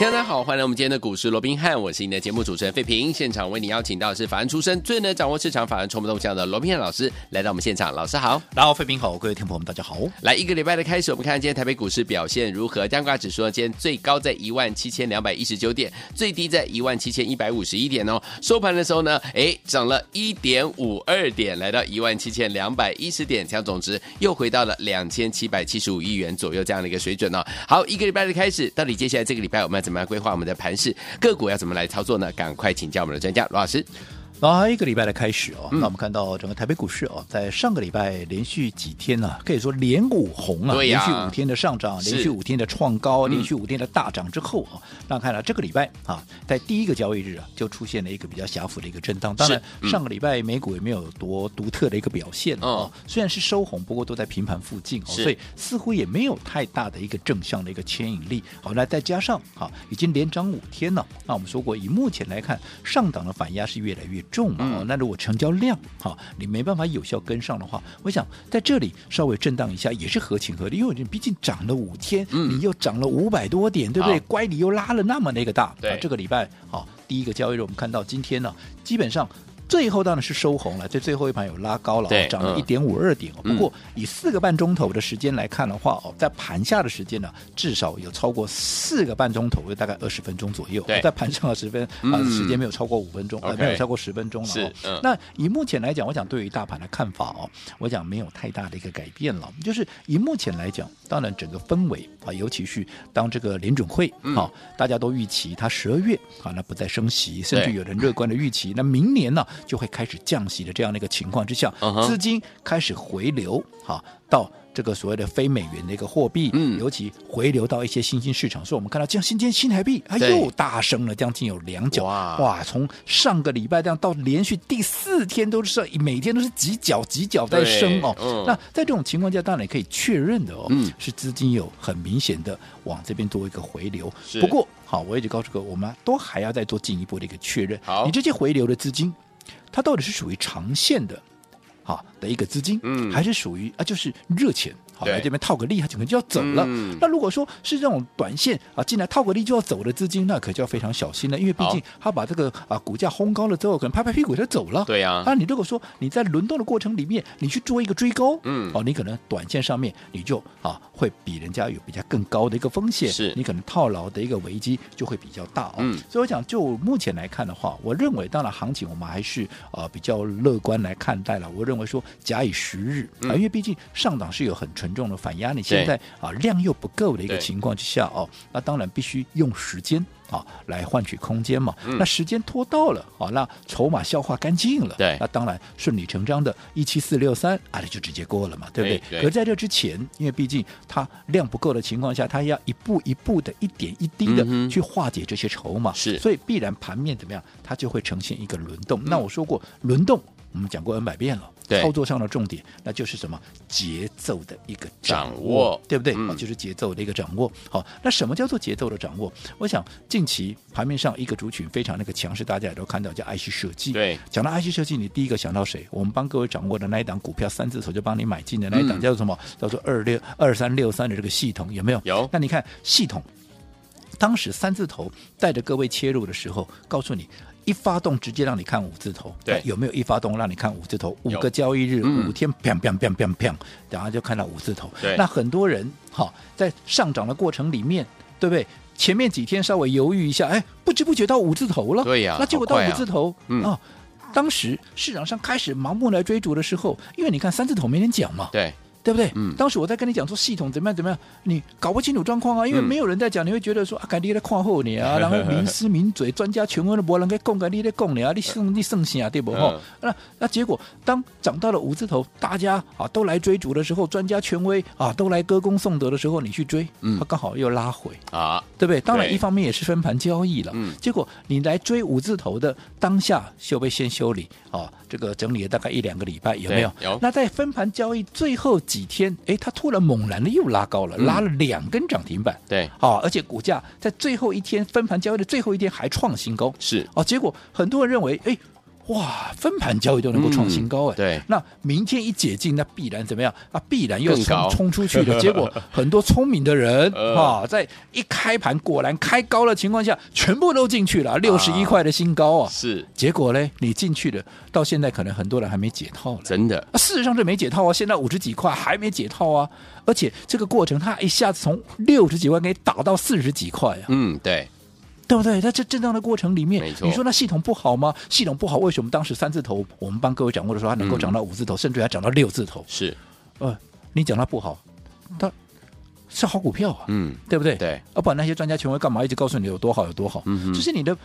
大家好，欢迎来我们今天的股市罗宾汉，我是你的节目主持人费平。现场为你邀请到的是法案出身、最能掌握市场法案冲不动向的罗宾汉老师来到我们现场，老师好。然后，费平好，各位听众朋友们，大家好。来一个礼拜的开始，我们看看今天台北股市表现如何。加挂指数呢，今天最高在一万七千两百一十九点，最低在一万七千一百五十一点哦。收盘的时候呢，哎，涨了一点五二点，来到一万七千两百一十点，成交总值又回到了两千七百七十五亿元左右这样的一个水准哦。好，一个礼拜的开始，到底接下来这个礼拜我们要怎么样规划我们的盘势，个股要怎么来操作呢？赶快请教我们的专家罗老师。那一个礼拜的开始哦，那我们看到整个台北股市哦，在上个礼拜连续几天呢、可以说连五红啊，对连呀续五天的上涨，是连续五天的创高，连续五天的大涨之后啊，那看来这个礼拜啊，在第一个交易日啊，就出现了一个比较狭幅的一个震荡。当然，嗯上个礼拜美股也没有多独特的一个表现哦哦，虽然是收红，不过都在平盘附近哦，是所以似乎也没有太大的一个正向的一个牵引力。好，那再加上啊，已经连涨五天了。那我们说过，以目前来看，上档的反压是越来越重嘛。嗯哦那如果成交量哈，你没办法有效跟上的话，我想在这里稍微震荡一下也是合情合理，因为你毕竟涨了五天，嗯你又涨了五百多点，对不对好？乖离又拉了那么的一个大。对啊这个礼拜好，第一个交易日我们看到今天呢，基本上。最后当然是收红了，这最后一盘有拉高了对哦，涨了嗯一点五二点哦。不嗯过以四个半钟头的时间来看的话哦，在盘下的时间呢，至少有超过四个半钟头，就大概二十分钟左右。哦对在盘上的时分啊嗯时间没有超过五分钟，呃 OK 没有超过十分钟了。哦是嗯那以目前来讲，我讲对于大盘的看法哦，我讲没有太大的一个改变了。就是以目前来讲，当然整个氛围啊，尤其是当这个联准会嗯啊，大家都预期它十二月啊那不再升息，甚至对有人乐观的预期，那明年呢就会开始降息的这样的一个情况之下嗯哼，资金开始回流哈、到。这个所谓的非美元的一个货币，嗯尤其回流到一些新兴市场，所以我们看到，像今天新台币，它对又大升了，将近有两角，哇哇，从上个礼拜这样到连续第四天都是每天都是几角几角在升哦。对嗯那在这种情况下，当然也可以确认的哦，嗯是资金有很明显的往这边做一个回流是。不过好，我一直告诉各位，我们都还要再做进一步的一个确认。好你这些回流的资金，它到底是属于长线的？好的一个资金，嗯还是属于啊，就是热钱，好对来这边套个利，它可能就要走了。嗯那如果说是这种短线啊进来套个利就要走的资金，那可就要非常小心了，因为毕好竟它把这个啊股价轰高了之后，可能拍拍屁股就走了。对呀啊，你如果说你在轮动的过程里面，你去做一个追高，嗯哦，你可能短线上面你就啊会比人家有比较更高的一个风险，是你可能套牢的一个危机就会比较大哦。嗯所以我讲，就目前来看的话，我认为当然行情我们还是呃比较乐观来看待了。我认为说假以时日、啊，嗯因为毕竟上档是有很沉重的反压，你对现在啊量又不够的一个对情况之下哦，那当然必须用时间。啊，来换取空间嘛？嗯那时间拖到了，好、那筹码消化干净了，对那当然顺理成章的，一七四六三，啊，那就直接过了嘛，对不对？哎对可是在这之前，因为毕竟它量不够的情况下，它要一步一步的、一点一滴的嗯哼去化解这些筹码，是所以必然盘面怎么样，它就会呈现一个轮动。那我说过，轮动我们讲过 N 百遍了。对操作上的重点，那就是什么节奏的一个掌握，掌握对不对、嗯啊就是节奏的一个掌握。好，那什么叫做节奏的掌握？我想近期盘面上一个族群非常那个强势，大家也都看到叫 IC 设计。对，讲到 IC 设计，你第一个想到谁？我们帮各位掌握的那一档股票，三字头就帮你买进的那一档、嗯叫做什么？叫做二六二三六三的这个系统有没有？有那你看系统，当时三字头带着各位切入的时候，告诉你。一发动直接让你看五字头，对那有没有一发动让你看五字头？五有个交易日，嗯五天，砰砰砰砰砰，然后就看到五字头对。那很多人哈、在上涨的过程里面，对不对？前面几天稍微犹豫一下，哎，不知不觉到五字头了。对呀那结果到好快五啊字头，嗯啊，当时市场上开始盲目来追逐的时候，因为你看三字头没人讲嘛，对，对不对？嗯当时我在跟你讲说系统怎么样怎么样，你搞不清楚状况啊，因为嗯没有人在讲，你会觉得说啊，赶紧在看后 你啊，然后名师名嘴、专家权威的博人给供，赶紧在供你啊，你 剩你剩啥对不嗯哈、那那结果当涨到了五字头，大家啊都来追逐的时候，专家权威啊都来歌功颂德的时候，你去追，嗯它刚好又拉回。啊，对不对？当然，对一方面也是分盘交易了。嗯结果你来追五字头的当下，修哦被先修理啊，这个整理了大概一两个礼拜，有没有？对有那在分盘交易最后几天，哎，它突然猛然的又拉高了，嗯拉了两根涨停板。对，好、而且股价在最后一天分盘交易的最后一天还创新高。是哦，结果很多人认为，哎，哇，分盘交易都能够创新高，哎、嗯对那明天一解禁，那必然怎么样啊？必然又更高冲冲出去 了。结果很多聪明的人呃啊、在一开盘果然开高的情况下，全部都进去啊了，六十一块的新高啊。是结果嘞，你进去了，到现在可能很多人还没解套呢。真的，啊事实上这没解套啊，现在五十几块还没解套啊，而且这个过程它一下子从六十几万给打到四十几块啊，嗯，对，对不对？在这震荡的过程里面没，错你说那系统不好吗？系统不好，为什么当时三字头我们帮各位掌握的时候，它能够嗯涨到五字头，甚至还涨到六字头？是，呃，你讲它不好，它是好股票啊，嗯，对不对？对，要不然那些专家权威干嘛一直告诉你有多好有多好？嗯哼就是你的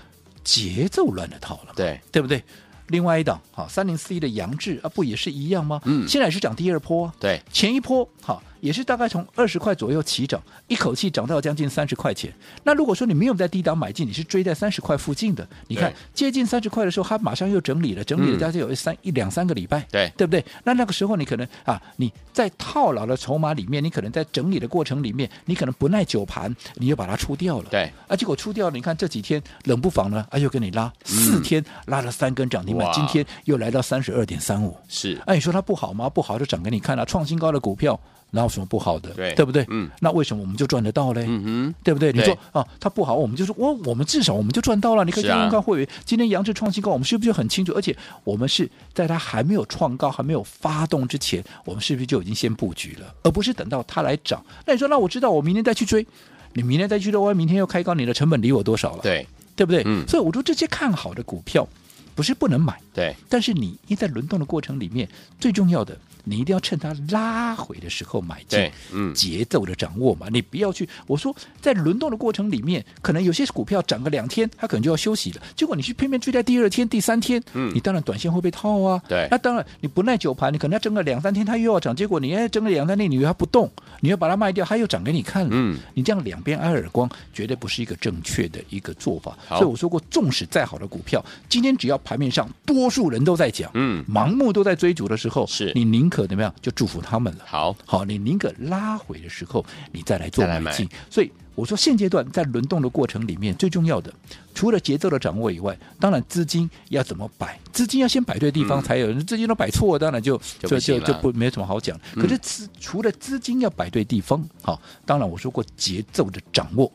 节奏乱了套了嘛。对，对不对？另外一档好三零四一的杨志啊，不也是一样吗？嗯现在也是涨第二波、啊，对，前一波好也是大概从二十块左右起涨，一口气涨到将近三十块钱。那如果说你没有在低档买进，你是追在三十块附近的，你看对接近三十块的时候，它马上又整理了，整理嗯了大概有三、一两三个礼拜，对对不对？那那个时候你可能啊，你在套牢的筹码里面，你可能在整理的过程里面，你可能不耐久盘，你就把它出掉了，对，啊，结果出掉了，你看这几天冷不防呢，啊又给你拉四天，拉了三根涨停板哇，今天又来到三十二点三五。是，哎那、你说它不好吗？不好就涨给你看了、创新高的股票哪有什么不好的？对不对？嗯那为什么我们就赚得到嘞？嗯哼，对不对？你对说啊，它不好，我们就是我，我们至少我们就赚到了。你可以是啊看看看会员，今天杨志创新高，我们是不是就很清楚？而且我们是在它还没有创高、还没有发动之前，我们是不是就已经先布局了，而不是等到它来涨？那你说，那我知道，我明天再去追，你明天再去追，万一明天又开高，你的成本离我多少了？，对，对不对？嗯所以我说这些看好的股票，不是不能买，对，但是你一在轮动的过程里面，最重要的，你一定要趁它拉回的时候买进对，嗯节奏的掌握嘛，你不要去。我说在轮动的过程里面，可能有些股票涨个两天，它可能就要休息了，结果你去偏偏追在第二天、第三天，嗯你当然短线会被套啊，对那当然你不耐久盘，你可能要争个两三天，它又要涨，结果你哎争个两三天，你又要不动，你要把它卖掉，它又涨给你看了，嗯，你这样两边挨耳光，绝对不是一个正确的一个做法。好所以我说过，纵使再好的股票，今天只要盘面上多数人都在讲，嗯盲目都在追逐的时候，是你宁可怎么样，就祝福他们了。好，好，你宁可拉回的时候，你再来做再来买买进。所以我说，现阶段在轮动的过程里面，最重要的除了节奏的掌握以外，当然资金要怎么摆，资金要先摆对地方嗯才有。资金都摆错，当然就就不就行就了嗯就不没有什么好讲。可是资、除了资金要摆对地方，好，当然我说过，节奏的掌握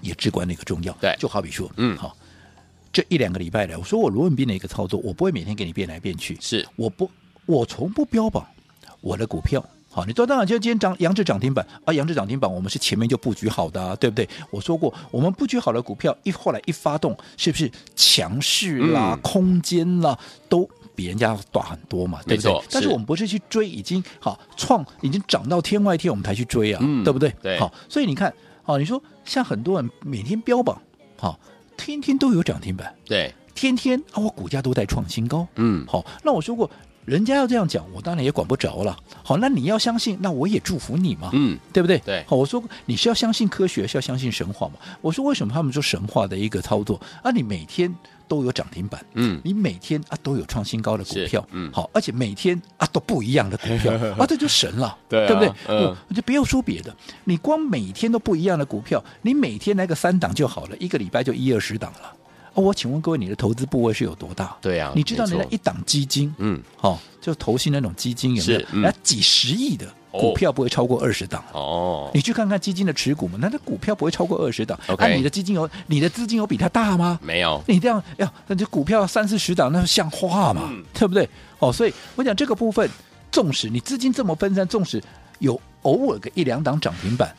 也至关的一个重要。对就好比说，嗯好。这一两个礼拜来，我说我罗文斌的一个操作，我不会每天给你变来变去，是，我不，我从不标榜我的股票。好，你说当然就今天涨杨志涨停板啊，杨志涨停板我们是前面就布局好的、啊，对不对？我说过，我们布局好的股票一后来一发动，是不是强势啦、嗯空间啦都？比人家短很多嘛，对不没对错？但是是我们不是去追已经好创已经涨到天外天，我们才去追啊，嗯对不对？对好，所以你看，好，你说像很多人每天标榜，好，天天都有涨停板，对，天天啊，我股价都在创新高，嗯，好，那我说过，人家要这样讲，我当然也管不着了。好，那你要相信，那我也祝福你嘛，嗯，对不对？对好，我说过，你是要相信科学，是要相信神话嘛。我说为什么他们说神话的一个操作啊？你每天都有涨停板，嗯，你每天啊都有创新高的股是票，嗯好，而且每天啊都不一样的股 票啊，这就神了，对啊不对？嗯我我就不要说别的，你光每天都不一样的股票，你每天来个三档就好了，一个礼拜就一二十档了。啊，我请问各位，你的投资部位是有多大？对啊你知道没人家错一档基金，嗯，哦，就投信那种基金有没有是？嗯人家几十亿的哦股票不会超过二十档。哦，你去看看基金的持股嘛，那它股票不会超过二十档。 OK 啊、你的基金有你的资金有比它大吗？没有，哦你这样呀，那这股票三四十档，那像话嘛，嗯对不对？哦，所以我讲这个部分，纵使你资金这么分散，纵使有偶尔个一两档涨停板，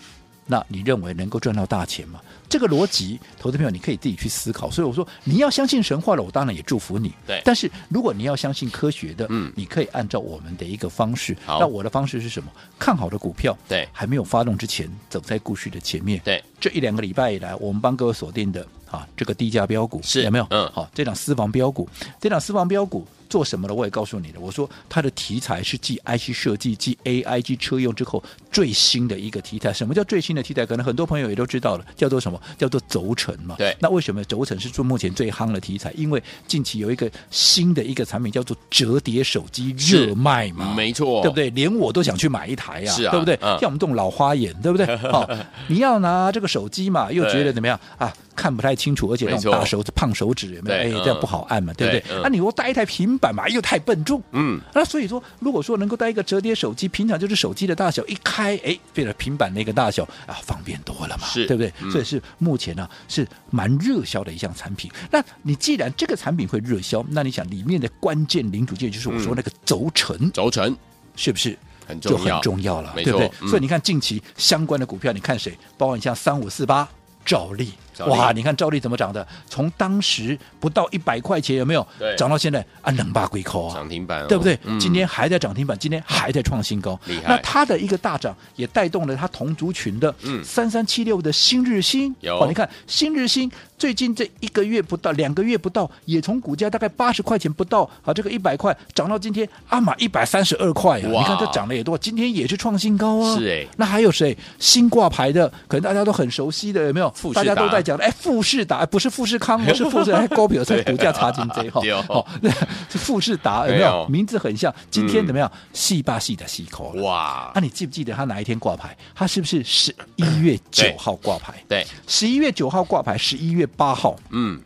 那你认为能够赚到大钱吗？这个逻辑，投资朋友你可以自己去思考。所以我说，你要相信神话了，我当然也祝福你。对但是如果你要相信科学的，嗯你可以按照我们的一个方式。好那我的方式是什么？看好的股票，对还没有发动之前，走在故事的前面，对，这一两个礼拜以来，我们帮各位锁定的啊，这个低价标股，是有没有？嗯好，这档私房标股，这档私房标股做什么的？我也告诉你了，我说它的题材是继 IC 设计、继 AI、继车用之后最新的一个题材。什么叫最新的题材？可能很多朋友也都知道了，叫做什么？叫做轴承嘛。对那为什么轴承是做目前最夯的题材？因为近期有一个新的一个产品叫做折叠手机是热卖嘛，没错，啊对不？对？连我都想去买一台呀、是啊对不对？嗯像我们这种老花眼，对 不对？好、你要拿这个手机嘛，又觉得怎么样啊？看不太清楚，而且那没错种大手指、胖手指有没对有？哎，嗯这样不好按嘛，对不对对？嗯啊，你如果带一台平板嘛，又太笨重。嗯，那所以说，如果说能够带一个折叠手机，平常就是手机的大小，一开，哎，变成平板那个大小啊，方便多了嘛，是对不对？嗯所以是目前呢、是蛮热销的一项产品。那你既然这个产品会热销，那你想里面的关键零组件就是我嗯说那个轴承，轴承是不是？很重就要，很重要了，没对不对错？嗯所以你看近期相关的股票，你看谁？包括你像三五四八。兆利，兆利哇！你看兆利怎么涨的？从当时不到一百块钱，有没有对？涨到现在啊，冷霸龟壳啊，涨停板哦，对不对？嗯今天还在涨停板，今天还在创新高 厉害。那它的一个大涨，也带动了它同族群的嗯三三七六的新日新。有哦，你看新日新最近这一个月不到，两个月不到，也从股价大概八十块钱不到啊，这个一百块涨到今天阿玛一百三十二块啊！哇你看这涨了也多，今天也是创新高啊。是哎那还有谁新挂牌的？可能大家都很熟悉的，有没有富？士达大家都在讲的，哎，富士达，哎不是富士康，我是富 士达，哎高比尔在股价差金贼哈对哦。哦，是富士达有没对哦有？名字很像。今嗯天怎么样？戏霸戏的戏口了。哇啊，，你记不记得他哪一天挂牌？他是不是十一月九号挂牌？对，十一月九号挂牌，十一月八号嗯，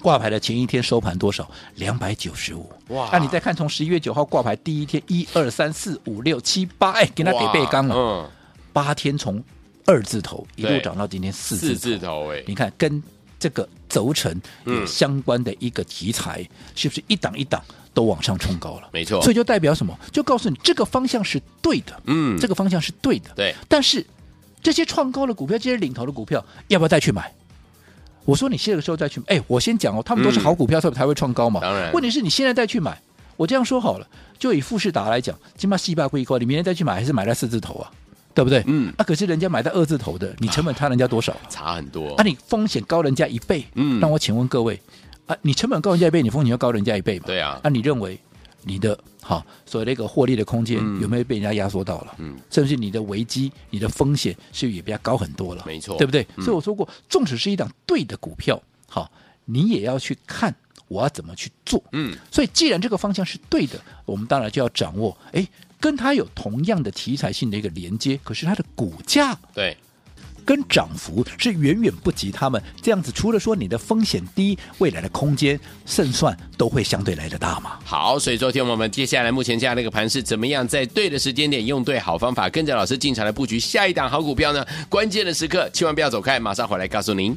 挂牌的前一天收盘多少？两百九十五。哇那你再看从十一月九号挂牌第一天，一二三四五六七八，哎，给他给哇背刚了，嗯，八天从二字头一路对涨到今天四四字字头。头哎，你看跟这个轴承嗯有相关的一个题材，是不是一档一档都往上冲高了？没错所以就代表什么？就告诉你这个方向是对的，哦嗯这个方向是对的。对，但是这些创高的股票，这些领头的股票，要不要再去买？我说你现在的时候再去买，哎，我先讲哦，他们都是嗯好股票，所以才会创高嘛。当然问题是你现在再去买，我这样说好了，就以富士达来讲，金巴西巴贵一块，你明天再去买，还是买在四字头啊？对不对？嗯啊，可是人家买在二字头的，你成本差人家多少？差很多啊，，你风险高人家一倍，嗯那我请问各位，啊，你成本高人家一倍，你风险要高人家一倍嘛？对啊那、你认为你的好所谓的一个获利的空间有没有被人家压缩到了？嗯，甚至你的危机、你的风险是不是也比较高很多了？没错对不对？嗯所以我说过，纵使是一档对的股票，好，你也要去看我要怎么去做。嗯，所以既然这个方向是对的，我们当然就要掌握，哎，跟它有同样的题材性的一个连接，可是它的股价对，跟涨幅是远远不及他们。这样子，除了说你的风险低，未来的空间胜算都会相对来的大嘛。好，所以昨天我们接下来目前这样的一个盘是怎么样在对的时间点用对好方法，跟着老师进场来布局下一档好股票呢？关键的时刻千万不要走开，马上回来告诉您。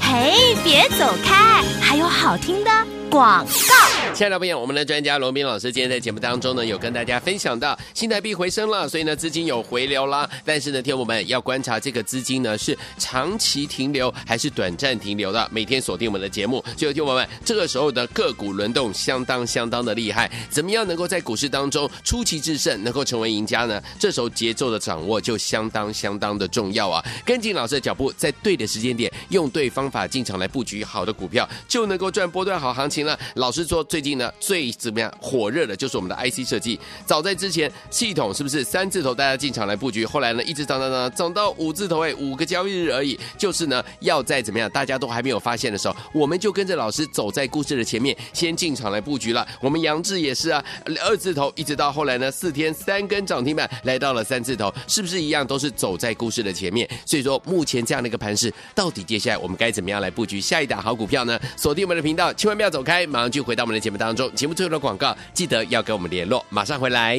嘿，别走开，还有好听的广告。亲爱的朋友我们的专家罗斌老师今天在节目当中呢，有跟大家分享到新台币回升了，所以呢资金有回流啦。但是呢，听我们要观察这个资金呢是长期停留还是短暂停留的，每天锁定我们的节目。所以听我们这个时候的个股轮动相当相当的厉害，怎么样能够在股市当中出奇制胜，能够成为赢家呢？这时候节奏的掌握就相当相当的重要啊！跟紧老师的脚步，在对的时间点，用对方法进场来布局好的股票，就能够赚波段好行情了。老师说，最近呢最怎么样火热的就是我们的 IC 设计。早在之前，系统是不是三字头大家进场来布局？后来呢一直涨涨涨涨到五字头，哎，五个交易日而已。就是呢要在怎么样大家都还没有发现的时候，我们就跟着老师走在故事的前面，先进场来布局了。我们杨志也是啊，二字头一直到后来呢四天三根涨停板，来到了三字头，是不是一样都是走在故事的前面？所以说，目前这样的一个盘势，到底接下来我们该怎么样来布局下一档好股票呢？锁定我们的频道，千万不要走开，马上就回到我们的节目当中。节目最后的广告，记得要跟我们联络，马上回来。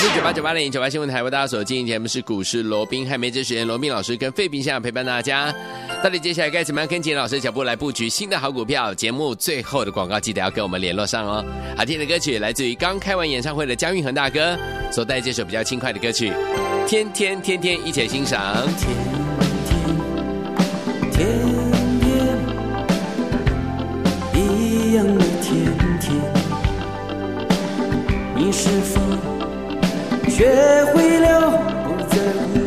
六九八九八零九八新闻台为大家所经营节目是股市罗宾汉梅这时间，罗宾老师跟费平现场陪伴大家。到底接下来该怎么样跟紧老师的脚步来布局新的好股票？节目最后的广告记得要跟我们联络上哦。好听的歌曲来自于刚开完演唱会的姜育恒大哥所带这首比较轻快的歌曲《天天天天》，一起来欣赏。天天一样的天天，你是否学会了不在乎？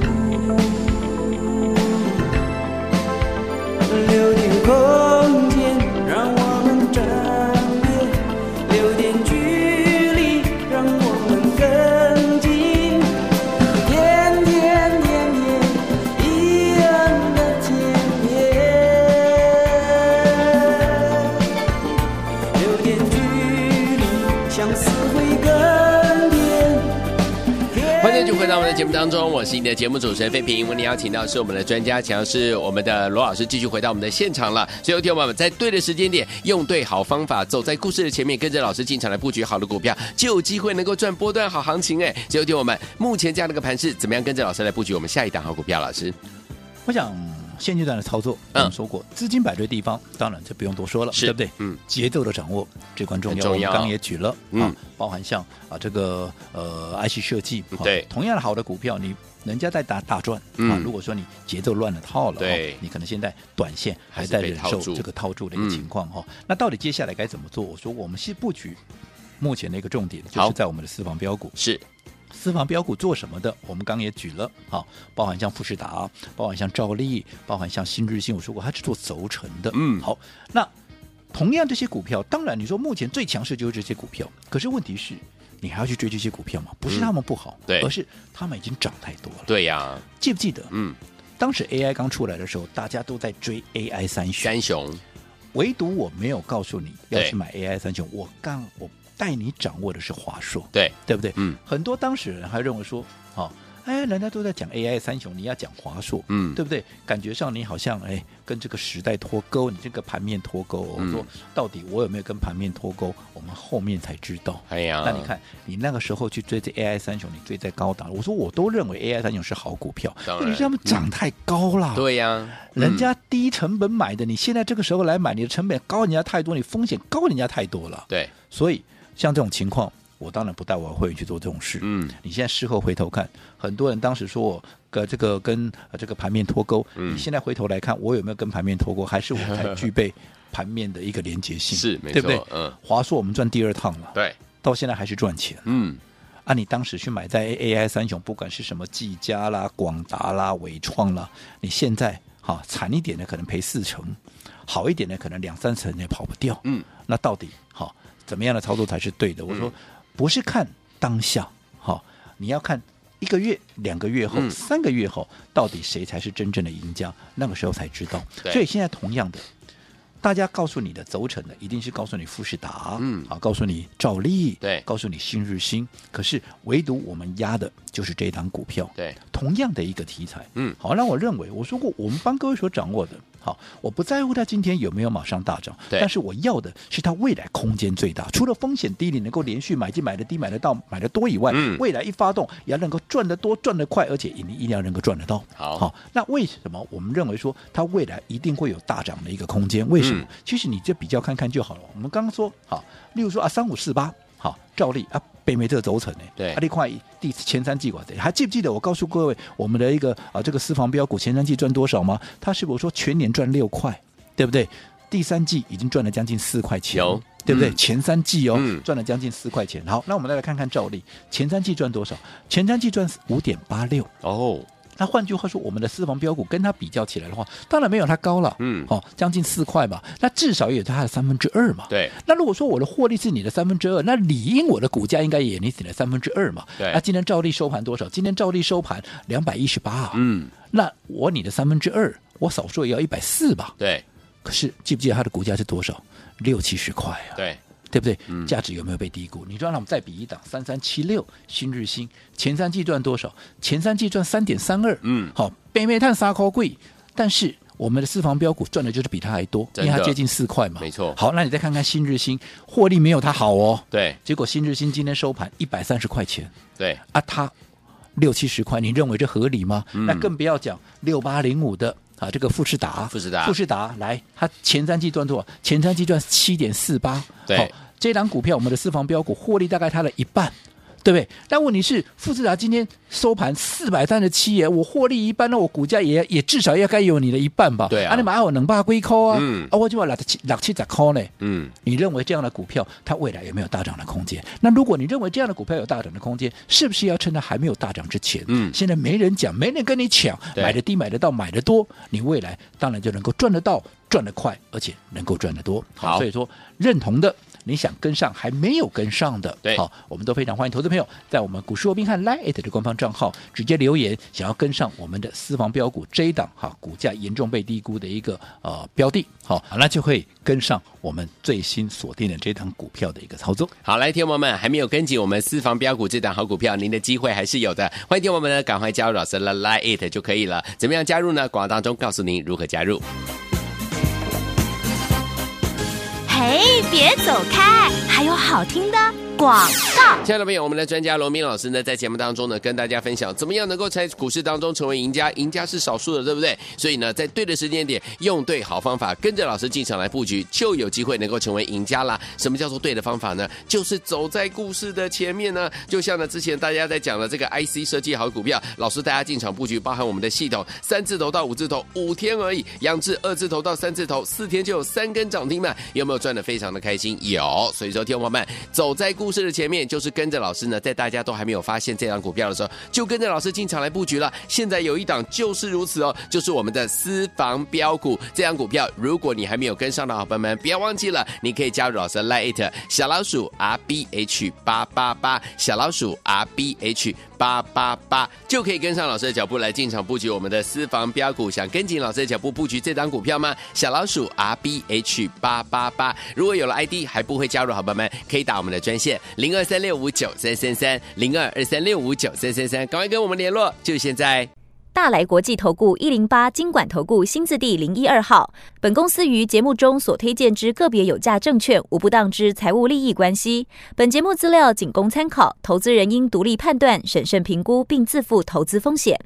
回到我们的节目当中，我是你的节目主持人费平。为您邀请到是我们的专家，强是我们的罗老师，继续回到我们的现场了。所以，有听我们在对的时间点，用对好方法，走在故事的前面，跟着老师进场来布局好的股票，就有机会能够赚波段好行情。哎，所以，有听我哦们目前这样的一个盘势，怎么样跟着老师来布局我们下一档好股票？老师我想现阶段的操作，嗯我们说过，资金摆对地方，当然就不用多说了，是对不对？嗯，节奏的掌握至关重很要。重我们要刚刚也举了，嗯啊，包含像啊这个呃 IC 设计，啊嗯对同样的好的股票，你人家在打大赚啊嗯，如果说你节奏乱了套了，对哦你可能现在短线还还是在被忍套受住嗯这个套住的一个情况哈。那到底接下来该怎么做？我说我们是布局。目前的一个重点就好是在我们的私房标股，是私房标股做什么的，我们刚刚也举了，好，包含像富士达，包含像兆利，包含像新日新，我说过它是做轴承的，嗯好，那同样这些股票，当然你说目前最强势就是这些股票，可是问题是，你还要去追这些股票吗？不是他们不好，嗯对而是他们已经涨太多了。对呀、记不记得嗯，当时 AI 刚出来的时候，大家都在追 AI 三雄，三雄唯独我没有告诉你要对去买 AI 三雄，我刚我带你掌握的是华硕，对，对不对？嗯，很多当事人还认为说，好、哎，人家都在讲 AI 三雄，你要讲华硕，嗯对不对？感觉上你好像哎跟这个时代脱钩，你这个盘面脱钩。我嗯说到底我有没有跟盘面脱钩？我们后面才知道。哎呀，那你看，你那个时候去追这 AI 三雄，你追在高档，我说我都认为 AI 三雄是好股票，当然嗯问题是他们涨太高了。对呀、人家低成本买的，你现在这个时候来买，你的成本高人家太多，你风险高人家太多了嗯。对，所以像这种情况，我当然不带我会员去做这种事。嗯，你现在事后回头看，很多人当时说我跟这个跟呃这个盘面脱钩，嗯你现在回头来看，我有没有跟盘面脱钩，还是我才具备盘面的一个连接性？ 是没对不对错？，嗯，华硕我们赚第二趟了，对，到现在还是赚钱。嗯，啊，你当时去买在 AI 三雄，不管是什么技嘉啦、广达啦、伟创啦，你现在哈惨一点的可能赔四成，好一点的可能两三成也跑不掉。嗯，那到底哈怎么样的操作才是对的？我说不是看当下，哈，你要看。一个月、两个月后、嗯三个月后，到底谁才是真正的赢家？那个时候才知道对。所以现在同样的，大家告诉你的轴承的，一定是告诉你富士达，嗯啊，告诉你兆利，对告诉你新日新。可是唯独我们压的就是这一档股票，对，同样的一个题材，嗯好，那我认为我说过，我们帮各位所掌握的，好，我不在乎它今天有没有马上大涨，对但是我要的是它未来空间最大，除了风险低，你能够连续买进、买的低、买得到、买的多以外，嗯未来一发动也要能够赚得多、赚得快，而且你一定要能够赚得到。好那为什么我们认为说它未来一定会有大涨的一个空间？为什么？嗯其实你就比较看看就好了。我们刚刚说，好，例如说啊，三五四八，好，照例啊。北美这个轴承呢？对啊，你看第前三季管的，还记不记得我告诉各位我们的一个啊这个私房标股前三季赚多少吗？它是我说全年赚六块，对不对？第三季已经赚了将近四块钱有，对不对？嗯前三季哦、嗯赚了将近四块钱。好，那我们再来看看照例，前三季赚多少？前三季赚五点八六。哦，那换句话说，我们的私房标股跟它比较起来的话，当然没有它高了，嗯哦，将近四块嘛，那至少也有它的三分之二嘛，对，那如果说我的获利是你的三分之二，那理应我的股价应该也你你的三分之二嘛。对那今天照例收盘多少？今天照例收盘两百一十八啊。嗯，那我你的三分之二，我少说也要一百四吧。对，可是记不记得它的股价是多少？六七十块啊。对，对不对？嗯价值有没有被低估？你就让我们再比一档三三七六新日新，前三季赚多少？前三季赚三点三二，嗯好，北煤炭沙高贵，但是我们的私房标股赚的就是比它还多，因真的为它接近四块嘛，没错好，那你再看看新日新，获利没有它好哦，对，结果新日新今天收盘一百三十块钱对，啊，它六七十块，你认为这合理吗？嗯那更不要讲六八零五的。啊，这个富士达，富士达富士达来，它前三季赚多少？前三季赚七点四八，对好，这档股票我们的私房标股获利大概它的一半，对不对？但问题是，富士达今天收盘四百三十七耶，我获利一半，那我股价也也至少要该有你的一半吧？对啊你买我能把龟扣啊，嗯啊，我就要六七六七十块呢。嗯，你认为这样的股票它未来有没有大涨的空间？那如果你认为这样的股票有大涨的空间，是不是要趁它还没有大涨之前？嗯现在没人讲，没人跟你抢，对买的低，买得到，买得多，你未来当然就能够赚得到，赚得快，而且能够赚得多。好所以说认同的。你想跟上还没有跟上的，对好，我们都非常欢迎投资朋友在我们股市罗宾汉 Lite 的官方账号直接留言，想要跟上我们的私房标股这一档哈，股价严重被低估的一个呃标的，好，那就会跟上我们最新锁定的这档股票的一个操作。好，来，听众朋友们还没有跟紧我们私房标股这档好股票，您的机会还是有的。欢迎听众朋友们呢，赶快加入老师的 Line It 就可以了。怎么样加入呢？广告当中告诉您如何加入。嘿，别走开，还有好听的广告。亲爱的朋友，我们的专家罗明老师呢，在节目当中呢，跟大家分享怎么样能够在股市当中成为赢家。赢家是少数的，对不对？所以呢，在对的时间点，用对好方法，跟着老师进场来布局，就有机会能够成为赢家啦。什么叫做对的方法呢？就是走在故事的前面呢。就像呢，之前大家在讲的这个 IC 设计好股票，老师带大家进场布局，包含我们的系统三字头到五字头，五天而已；养至二字头到三字头，四天就有三根涨停板，有没有赚的非常的开心？有，所以说，天王们走在故事的前面，就是跟着老师呢，在大家都还没有发现这档股票的时候，就跟着老师进场来布局了。现在有一档就是如此哦，就是我们的私房标股这档股票，如果你还没有跟上的好朋友们，不要忘记了，你可以加入老师的 Lite 小老鼠 R B H 八八八小老鼠 R B H。八八八就可以跟上老师的脚步来进场布局我们的私房标股。想跟紧老师的脚步布局这档股票吗？小老鼠 R B H 八八八。如果有了 ID 还不会加入，好朋友们可以打我们的专线零二三六五九三三三零二二三六五九三三三，赶快跟我们联络，就是现在。大来国际投顾一零八金管投顾新字第零一二号。本公司于节目中所推荐之个别有价证券，无不当之财务利益关系。本节目资料仅供参考，投资人应独立判断、审慎评估，并自负投资风险。